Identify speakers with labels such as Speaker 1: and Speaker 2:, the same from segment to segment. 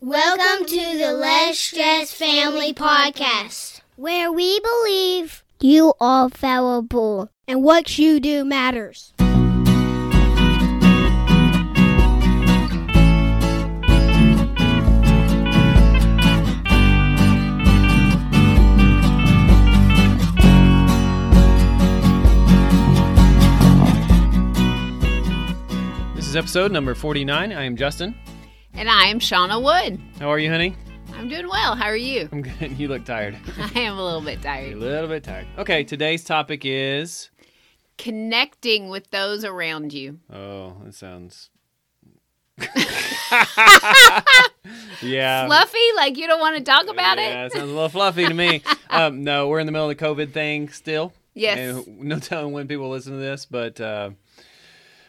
Speaker 1: Welcome to the Less Stress Family Podcast, where we believe you are fallible and what you do matters.
Speaker 2: This is episode number 49. I am Justin.
Speaker 3: And I am Shauna Wood.
Speaker 2: How are you, honey?
Speaker 3: I'm doing well. How are you?
Speaker 2: I'm good. You look tired.
Speaker 3: I am a little bit
Speaker 2: A
Speaker 3: tired.
Speaker 2: little bit tired. Okay, today's topic is.
Speaker 3: Connecting with those around you.
Speaker 2: Oh, that sounds. yeah.
Speaker 3: Fluffy, like you don't want to talk about
Speaker 2: yeah,
Speaker 3: it?
Speaker 2: sounds a little fluffy to me. um, no, we're in the middle of the COVID thing still.
Speaker 3: Yes.
Speaker 2: And no telling when people listen to this, but uh,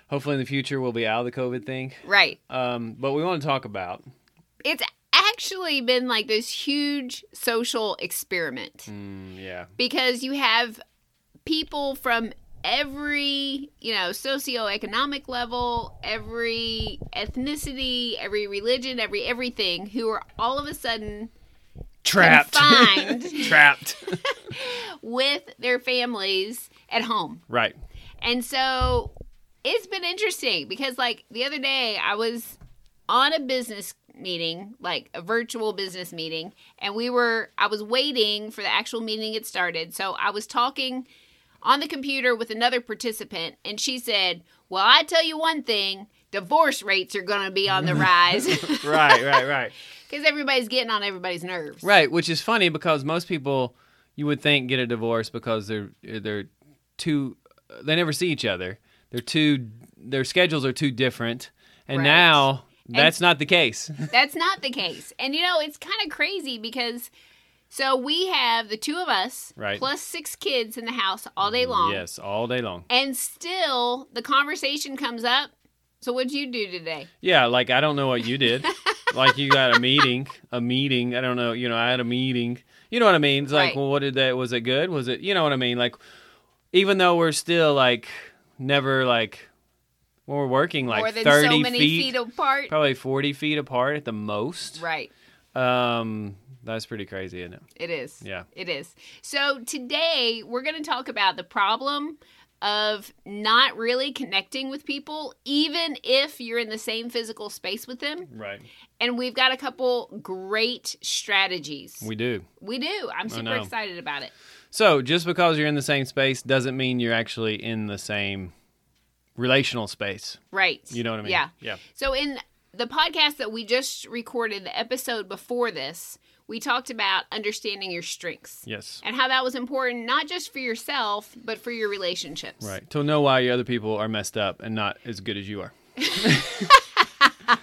Speaker 2: hopefully in the future we'll be out of the COVID thing.
Speaker 3: Right.
Speaker 2: Um, but we want to talk about.
Speaker 3: It's actually been like this huge social experiment
Speaker 2: Mm, yeah.
Speaker 3: because you have people from every, you know, socioeconomic level, every ethnicity, every religion, every everything who are all of a sudden
Speaker 2: Trapped.
Speaker 3: Confined.
Speaker 2: Trapped.
Speaker 3: with their families at home.
Speaker 2: right.
Speaker 3: And so it's been interesting because, like, the other day I was on a business meeting, like a virtual business meeting, and we were, I was waiting for the actual meeting to get started. So I was talking on the computer with another participant, and she said, Well, I tell you one thing. Divorce rates are going to be on the rise because
Speaker 2: Right, right, right.
Speaker 3: everybody's getting on everybody's nerves.
Speaker 2: Right, which is funny because most people you would think get a divorce because they're they're too they never see each other. They're too their schedules are too different. And
Speaker 3: Right.
Speaker 2: now that's not the case.
Speaker 3: That's not the case. And you know, it's kind of crazy because so we have the two of us
Speaker 2: Right.
Speaker 3: plus six kids in the house all day long.
Speaker 2: Yes, all day long.
Speaker 3: And still the conversation comes up. So what'd you do today?
Speaker 2: Yeah, like I don't know what you did. like you got a meeting, a meeting. I don't know. You know, I had a meeting. You know what I mean? It's like,
Speaker 3: Right.
Speaker 2: well, what did that? Was it good? Was it? You know what I mean? Like, even though we're still like never like when we're working like
Speaker 3: More than
Speaker 2: thirty
Speaker 3: so many
Speaker 2: feet,
Speaker 3: feet, apart.
Speaker 2: probably forty feet apart at the most.
Speaker 3: Right.
Speaker 2: Um, that's pretty crazy, isn't it?
Speaker 3: It is.
Speaker 2: Yeah.
Speaker 3: It is. So today we're going to talk about the problem of not really connecting with people even if you're in the same physical space with them
Speaker 2: Right.
Speaker 3: and we've got a couple great strategies
Speaker 2: We do.
Speaker 3: We do. I'm super
Speaker 2: know.
Speaker 3: excited about it.
Speaker 2: So just because you're in the same space doesn't mean you're actually in the same relational space.
Speaker 3: Right.
Speaker 2: You know what I mean?
Speaker 3: Yeah.
Speaker 2: Yeah.
Speaker 3: So in the podcast that we just recorded, the episode before this, we talked about understanding your strengths
Speaker 2: Yes.
Speaker 3: and how that was important not just for yourself, but for your relationships.
Speaker 2: Right. To know why your other people are messed up and not as good as you are.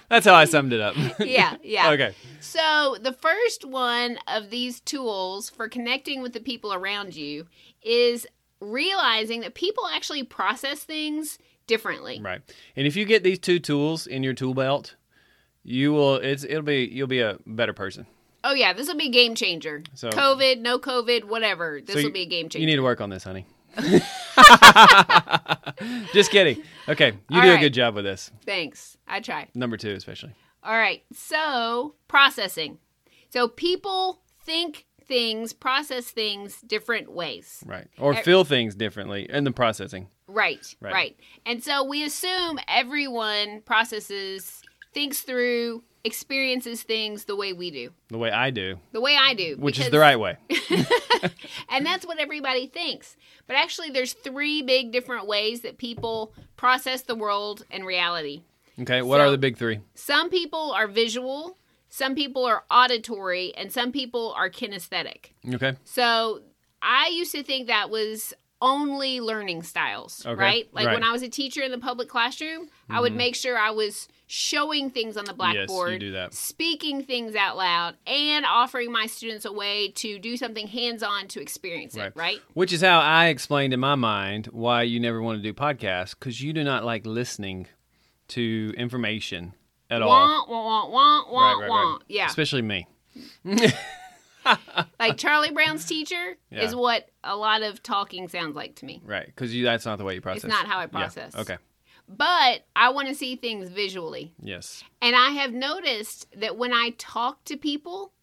Speaker 2: That's how I summed it up.
Speaker 3: Yeah, yeah.
Speaker 2: okay.
Speaker 3: So, the first one of these tools for connecting with the people around you is realizing that people actually process things differently.
Speaker 2: Right. And if you get these two tools in your tool belt, you will it's it'll be you'll be a better person.
Speaker 3: Oh, yeah, this will be a game changer.
Speaker 2: So-
Speaker 3: COVID, no COVID, whatever. This
Speaker 2: So
Speaker 3: will
Speaker 2: you-
Speaker 3: be a game changer.
Speaker 2: You need to work on this, honey. Just kidding. Okay. You
Speaker 3: All
Speaker 2: do a
Speaker 3: right.
Speaker 2: good job with this.
Speaker 3: Thanks. I try.
Speaker 2: Number two, especially.
Speaker 3: All right. So, processing. So, people think things, process things different ways.
Speaker 2: Right. Or
Speaker 3: Er-
Speaker 2: feel things differently in the processing.
Speaker 3: Right.
Speaker 2: Right.
Speaker 3: Right. And so, we assume everyone processes, thinks through, experiences things the way we do,
Speaker 2: The way I do,
Speaker 3: the way I do.
Speaker 2: which is
Speaker 3: because-
Speaker 2: the right way.
Speaker 3: And that's what everybody thinks. But actually, there's three big different ways that people process the world and reality.
Speaker 2: Okay. What are
Speaker 3: So-
Speaker 2: the big three?
Speaker 3: Some people are visual, some people are auditory, and some people are kinesthetic.
Speaker 2: Okay.
Speaker 3: So I used to think that was only learning styles,
Speaker 2: Okay,
Speaker 3: right? Like
Speaker 2: right. Mm-hmm.
Speaker 3: when I was a teacher in the public classroom, I would make sure I was showing things on the blackboard,
Speaker 2: do that.
Speaker 3: speaking things out loud, and offering my students a way to do something hands on to experience it,
Speaker 2: Right.
Speaker 3: right?
Speaker 2: Which is how I explained in my mind why you never want to do podcasts because you do not like listening to information at all.
Speaker 3: Wah, wah, wah, wah, wah, wah. Yeah.
Speaker 2: Especially me.
Speaker 3: like Charlie Brown's teacher
Speaker 2: Yeah.
Speaker 3: is what a lot of talking sounds like to me.
Speaker 2: Right. Because that's not the way you process.
Speaker 3: not how I
Speaker 2: Yeah,
Speaker 3: process.
Speaker 2: Okay.
Speaker 3: but I want to see things visually.
Speaker 2: Yes.
Speaker 3: And I have noticed that when I talk to people,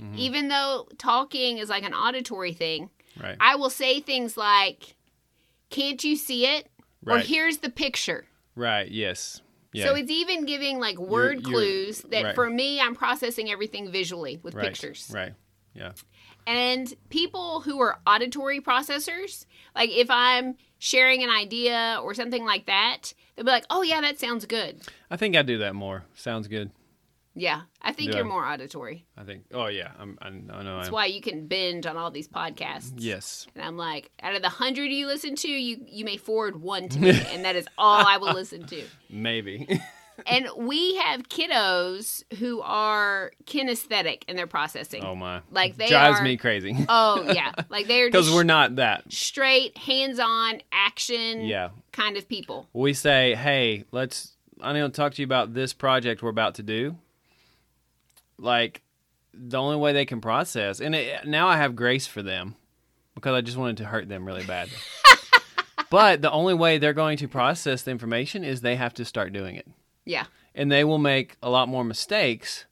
Speaker 2: Mhm.
Speaker 3: even though talking is like an auditory thing,
Speaker 2: Right.
Speaker 3: I will say things like, Can't you see it? Or
Speaker 2: Right.
Speaker 3: here's the picture.
Speaker 2: Right. Yes. Yeah.
Speaker 3: So it's even giving like word
Speaker 2: you're-
Speaker 3: clues that
Speaker 2: right.
Speaker 3: for me, I'm processing everything visually with
Speaker 2: right.
Speaker 3: pictures.
Speaker 2: Right. Yeah.
Speaker 3: And people who are auditory processors, like if I'm sharing an idea or something like that, they'll be like, oh, yeah, that sounds good.
Speaker 2: I think I do that more. Sounds good.
Speaker 3: Yeah, I think
Speaker 2: Yeah.
Speaker 3: you're more auditory.
Speaker 2: I think. Oh yeah. I'm. I know. I know.
Speaker 3: That's
Speaker 2: I'm,
Speaker 3: why you can binge on all these podcasts.
Speaker 2: yes.
Speaker 3: And I'm like, out of the hundred you listen to, you you may forward one to me, and that is all I will listen to.
Speaker 2: Maybe.
Speaker 3: And we have kiddos who are kinesthetic in their processing.
Speaker 2: oh my.
Speaker 3: Like they
Speaker 2: drives
Speaker 3: are-
Speaker 2: me crazy.
Speaker 3: Oh yeah, like they're
Speaker 2: Because
Speaker 3: just
Speaker 2: we're not that.
Speaker 3: straight hands-on action
Speaker 2: Yeah.
Speaker 3: kind of people.
Speaker 2: We say, hey, let's. I need to talk to you about this project we're about to do. Like, the only way they can process, and it, now I have grace for them because I just wanted to hurt them really bad. but the only way they're going to process the information is they have to start doing it,
Speaker 3: Yeah,
Speaker 2: and they will make a lot more mistakes.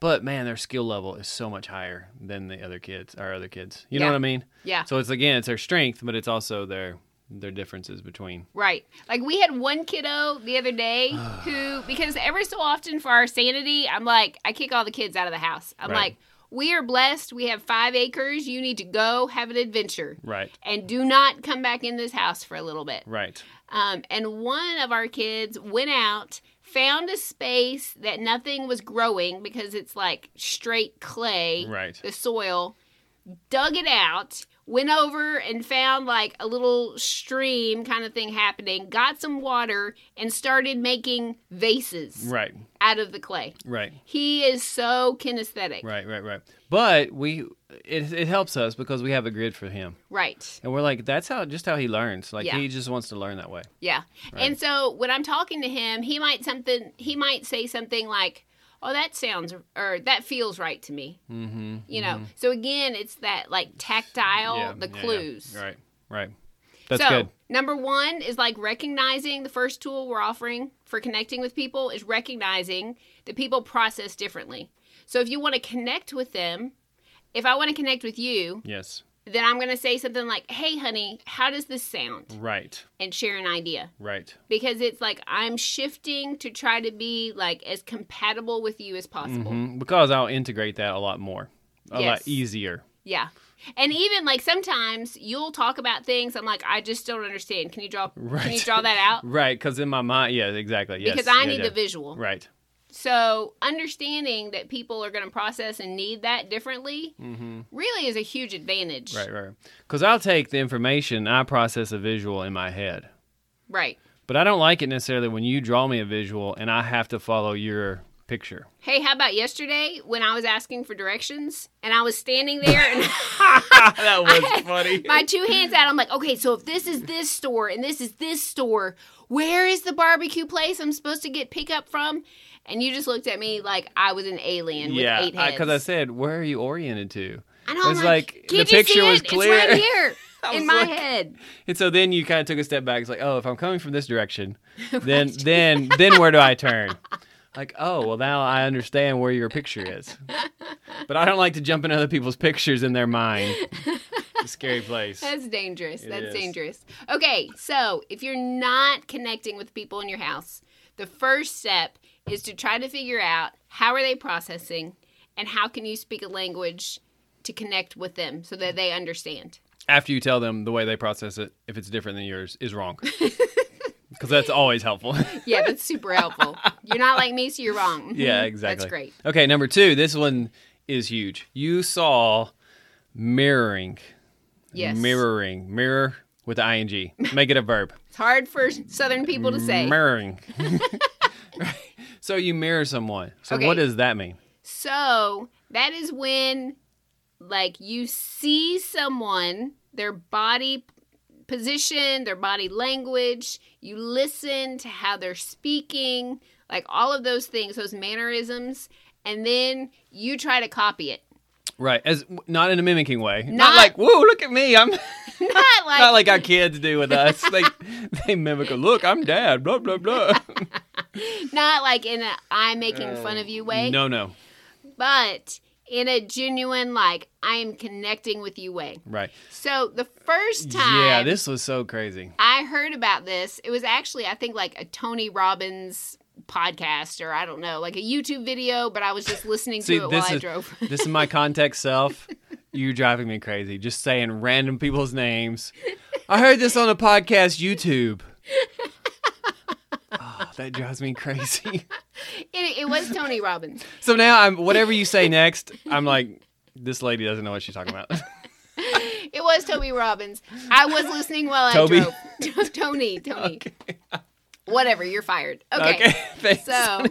Speaker 2: But man, their skill level is so much higher than the other kids, our other kids. You know
Speaker 3: Yeah.
Speaker 2: what I mean?
Speaker 3: yeah,
Speaker 2: So it's again, it's their strength, but it's also their their differences between.
Speaker 3: right. Like we had one kiddo the other day who, because every so often for our sanity, I'm like, I kick all the kids out of the house. I'm
Speaker 2: Right.
Speaker 3: like, we are blessed. We have five acres. You need to go have an adventure.
Speaker 2: Right.
Speaker 3: And do not come back in this house for a little bit.
Speaker 2: Right.
Speaker 3: Um, and one of our kids went out, found a space that nothing was growing because it's like straight clay,
Speaker 2: Right.
Speaker 3: the soil, dug it out, went over and found like a little stream kind of thing happening, got some water, and started making vases
Speaker 2: Right.
Speaker 3: out of the clay.
Speaker 2: Right.
Speaker 3: He is so kinesthetic.
Speaker 2: Right, right, right. But we it it helps us because we have a grid for him.
Speaker 3: Right.
Speaker 2: And we're like that's how just how he learns. Like
Speaker 3: Yeah.
Speaker 2: he just wants to learn that way.
Speaker 3: Yeah. And so when I'm talking to him, he might something he might say something like, "Oh, that sounds or that feels right to me."
Speaker 2: Mhm.
Speaker 3: You know. So again, it's that like tactile
Speaker 2: Yeah,
Speaker 3: the
Speaker 2: yeah, yeah.
Speaker 3: clues.
Speaker 2: Right. Right. That's
Speaker 3: so,
Speaker 2: good.
Speaker 3: number 1 is like recognizing the first tool we're offering for connecting with people is recognizing that people process differently. So if you want to connect with them, if I want to connect with you,
Speaker 2: Yes.
Speaker 3: then I'm going to say something like, "Hey honey, how does this sound?"
Speaker 2: Right.
Speaker 3: and share an idea
Speaker 2: Right.
Speaker 3: because it's like I'm shifting to try to be like as compatible with you as possible.
Speaker 2: Mhm. Because I'll integrate that a lot more. A lot
Speaker 3: Yes.
Speaker 2: easier.
Speaker 3: Yeah. And even like sometimes you'll talk about things I'm like I just don't understand. Can you draw can you
Speaker 2: Right.
Speaker 3: draw that out?
Speaker 2: Right, cuz in my mind, yeah, exactly. Yes.
Speaker 3: Because I
Speaker 2: Yeah,
Speaker 3: need
Speaker 2: yeah.
Speaker 3: the visual.
Speaker 2: Right.
Speaker 3: So, understanding that people are going to process and need that differently
Speaker 2: Mhm.
Speaker 3: really is a huge advantage.
Speaker 2: Right, right. Cuz I'll take the information, I process a visual in my head.
Speaker 3: Right.
Speaker 2: But I don't like it necessarily when you draw me a visual and I have to follow your picture.
Speaker 3: Hey, how about yesterday when I was asking for directions and I was standing there and
Speaker 2: that was funny.
Speaker 3: my two hands out. I'm like, okay, so if this is this store and this is this store, where is the barbecue place I'm supposed to get pickup from? And you just looked at me like I was an alien with
Speaker 2: yeah,
Speaker 3: eight heads.
Speaker 2: because I, said, where are you oriented to?
Speaker 3: I know, I'm
Speaker 2: it's
Speaker 3: like,
Speaker 2: like, the
Speaker 3: "Can't you
Speaker 2: picture
Speaker 3: see
Speaker 2: was
Speaker 3: it?
Speaker 2: clear."
Speaker 3: It's right here
Speaker 2: I
Speaker 3: in
Speaker 2: was
Speaker 3: my
Speaker 2: like-
Speaker 3: head.
Speaker 2: And so then you kind of took a step back. It's like, oh, if I'm coming from this direction, then then then where do I turn? Like, oh, well now I understand where your picture is. But I don't like to jump in other people's pictures in their mind. It's a scary place.
Speaker 3: That's dangerous.
Speaker 2: It
Speaker 3: That's
Speaker 2: is.
Speaker 3: dangerous. Okay, so if you're not connecting with people in your house, the first step is to try to figure out how are they processing and how can you speak a language to connect with them so that they understand.
Speaker 2: After you tell them the way they process it, if it's different than yours, is wrong. Because that's always helpful.
Speaker 3: Yeah, that's super helpful. You're not like me, so you're wrong.
Speaker 2: Yeah, exactly.
Speaker 3: That's great.
Speaker 2: Okay, number two. This one is huge. You saw mirroring.
Speaker 3: Yes.
Speaker 2: Mirroring. Mirror with ing. Make it a verb.
Speaker 3: It's hard for Southern people to say.
Speaker 2: Mirroring. so you mirror someone. So
Speaker 3: Okay.
Speaker 2: what does that mean?
Speaker 3: So that is when, like, you see someone, their body position, their body language, you listen to how they're speaking, like all of those things, those mannerisms, and then you try to copy it.
Speaker 2: Right. As not in a mimicking way. Not,
Speaker 3: Not-
Speaker 2: like, whoa, look at me. I'm
Speaker 3: Not like,
Speaker 2: Not like our kids do with us. They they mimic a look. I'm dad. Blah blah blah.
Speaker 3: not like in a I'm making
Speaker 2: Oh,
Speaker 3: fun of you way,
Speaker 2: No, no,
Speaker 3: but in a genuine like I am connecting with you way.
Speaker 2: right.
Speaker 3: So the first time
Speaker 2: Yeah, this was so crazy.
Speaker 3: I heard about this. It was actually, I think, like a Tony Robbins podcast or I don't know, like a YouTube video, but I was just listening
Speaker 2: See,
Speaker 3: to it
Speaker 2: this
Speaker 3: while I
Speaker 2: is-
Speaker 3: drove.
Speaker 2: This is my context self. You driving me crazy. Just saying random people's names. I heard this on a podcast, YouTube. Oh, that drives me crazy.
Speaker 3: it, it was Tony Robbins.
Speaker 2: So now I'm whatever you say next, I'm like, this lady doesn't know what she's talking about.
Speaker 3: It was Toby Robbins. I was listening while
Speaker 2: Toby?
Speaker 3: I drove. Tony, Tony. Whatever, you're fired. Okay.
Speaker 2: thanks.
Speaker 3: So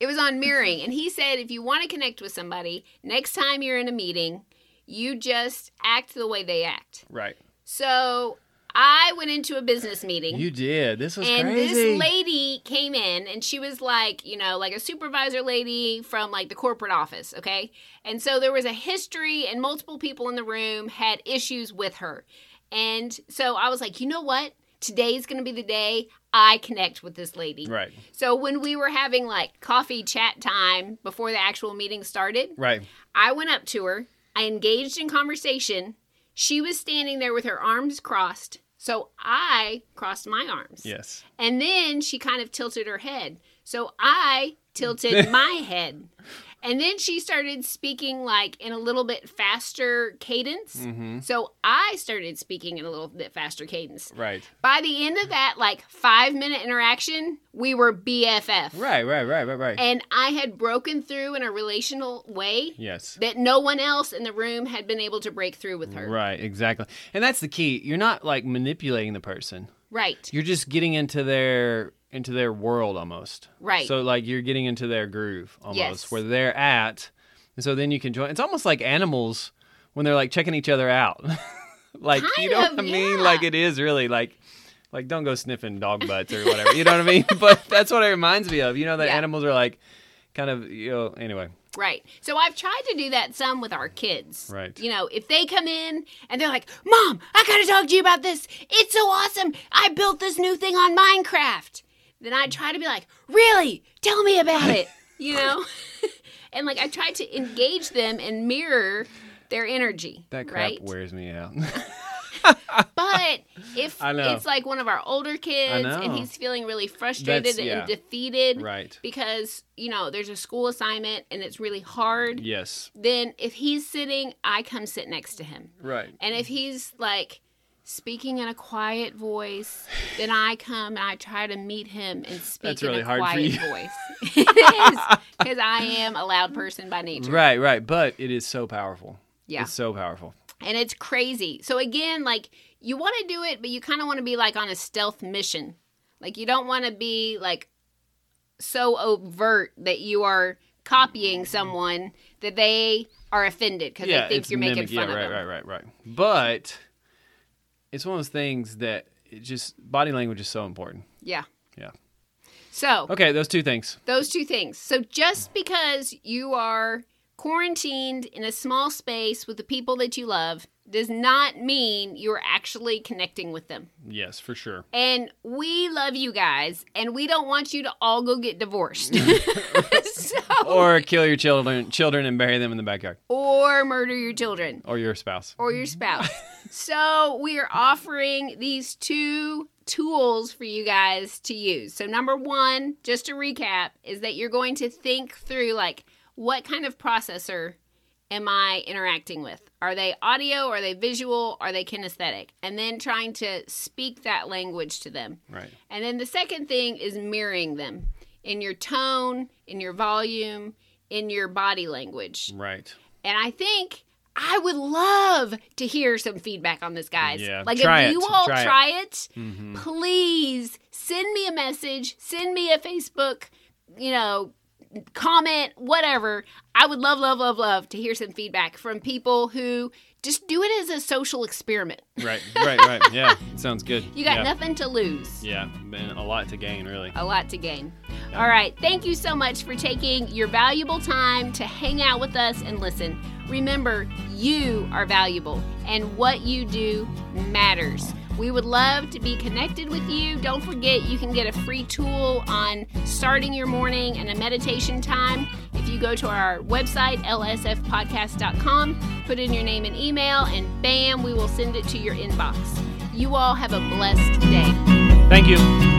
Speaker 3: it was on mirroring. And he said if you want to connect with somebody, next time you're in a meeting, you just act the way they act.
Speaker 2: Right.
Speaker 3: So I went into a business meeting.
Speaker 2: You did. This was
Speaker 3: and
Speaker 2: crazy.
Speaker 3: this lady came in and she was like you know like a supervisor lady from like the corporate office okay and so there was a history and multiple people in the room had issues with her and so i was like you know what today's gonna be the day i connect with this lady
Speaker 2: right.
Speaker 3: so when we were having like coffee chat time before the actual meeting started
Speaker 2: Right.
Speaker 3: I went up to her. I engaged in conversation. She was standing there with her arms crossed. So I crossed my arms.
Speaker 2: Yes.
Speaker 3: And then she kind of tilted her head. So I tilted my head. And then she started speaking like in a little bit faster cadence.
Speaker 2: Mm-hmm.
Speaker 3: So I started speaking in a little bit faster cadence.
Speaker 2: Right.
Speaker 3: By the end of that like 5 minute interaction, we were BFF.
Speaker 2: Right. Right. Right. Right. Right.
Speaker 3: And I had broken through in a relational way
Speaker 2: yes.
Speaker 3: that no one else in the room had been able to break through with her.
Speaker 2: Right. Exactly. And that's the key. You're not like manipulating the person.
Speaker 3: Right.
Speaker 2: You're just getting into their into their world almost.
Speaker 3: Right.
Speaker 2: So like you're getting into their groove almost
Speaker 3: Yes.
Speaker 2: where they're at. And so then you can join. It's almost like animals when they're like checking each other out. like you
Speaker 3: Kind
Speaker 2: know
Speaker 3: of,
Speaker 2: what I mean?
Speaker 3: yeah.
Speaker 2: Like it is really like like don't go sniffing dog butts or whatever. You know what I mean? But that's what it reminds me of. You know that
Speaker 3: Yeah.
Speaker 2: animals are like kind of you know anyway.
Speaker 3: Right. So I've tried to do that some with our kids.
Speaker 2: Right.
Speaker 3: You know, if they come in and they're like, Mom, I got to talk to you about this. It's so awesome. I built this new thing on Minecraft. Then I try to be like, Really? Tell me about it. You know? and like, I try to engage them and mirror their energy.
Speaker 2: That crap
Speaker 3: right?
Speaker 2: wears me out.
Speaker 3: But if
Speaker 2: I know.
Speaker 3: it's like one of our older kids and
Speaker 2: know.
Speaker 3: he's feeling really frustrated
Speaker 2: That's- yeah.
Speaker 3: and defeated
Speaker 2: right.
Speaker 3: because, you know, there's a school assignment and it's really hard,
Speaker 2: Yes.
Speaker 3: then if he's sitting, I come sit next to him.
Speaker 2: Right.
Speaker 3: And if he's like speaking in a quiet voice, then I come and I try to meet him and speak
Speaker 2: That's
Speaker 3: in
Speaker 2: really
Speaker 3: a
Speaker 2: hard for
Speaker 3: quiet
Speaker 2: you.
Speaker 3: voice. it is because I am a loud person by nature.
Speaker 2: Right, right, but it is so powerful.
Speaker 3: Yeah.
Speaker 2: It's so powerful.
Speaker 3: and it's crazy. So again, like you want to do it, but you kind of want to be like on a stealth mission. Like you don't want to be like so overt that you are copying someone that they are offended because they think
Speaker 2: it's
Speaker 3: you're making
Speaker 2: mimic-
Speaker 3: fun
Speaker 2: yeah,
Speaker 3: of
Speaker 2: right,
Speaker 3: them.
Speaker 2: right, right, right. But it's one of those things that it just body language is so important.
Speaker 3: Yeah.
Speaker 2: Yeah.
Speaker 3: So
Speaker 2: Okay, those two things.
Speaker 3: those two things. So just because you are quarantined in a small space with the people that you love does not mean you're actually connecting with them.
Speaker 2: Yes, for sure.
Speaker 3: And we love you guys, and we don't want you to all go get divorced. so,
Speaker 2: Or kill your children, children, and bury them in the backyard,
Speaker 3: or murder your children
Speaker 2: or your spouse.
Speaker 3: or your spouse. so, we are offering these two tools for you guys to use. So, number one, just to recap, is that you're going to think through like, what kind of processor am I interacting with? Are they audio? Are they visual? Are they kinesthetic? And then trying to speak that language to them.
Speaker 2: Right.
Speaker 3: And then the second thing is mirroring them in your tone, in your volume, in your body language.
Speaker 2: Right.
Speaker 3: And I think I would love to hear some feedback on this, guys.
Speaker 2: Yeah,
Speaker 3: Like
Speaker 2: try
Speaker 3: if
Speaker 2: it,
Speaker 3: you all
Speaker 2: try it.
Speaker 3: try it,
Speaker 2: Mm-hmm.
Speaker 3: please send me a message, send me a Facebook, you know, comment, whatever. I would love, love, love, love to hear some feedback from people who just do it as a social experiment.
Speaker 2: Right. Right. Right. yeah. Sounds good.
Speaker 3: You got
Speaker 2: yeah.
Speaker 3: nothing to lose.
Speaker 2: Yeah, and a lot to gain, really.
Speaker 3: a lot to gain. All right, thank you so much for taking your valuable time to hang out with us and listen. Remember, you are valuable, and what you do matters. We would love to be connected with you. Don't forget, you can get a free tool on starting your morning and a meditation time if you go to our website, lsfpodcast.com, put in your name and email, and bam, we will send it to your inbox. You all have a blessed day.
Speaker 2: Thank you.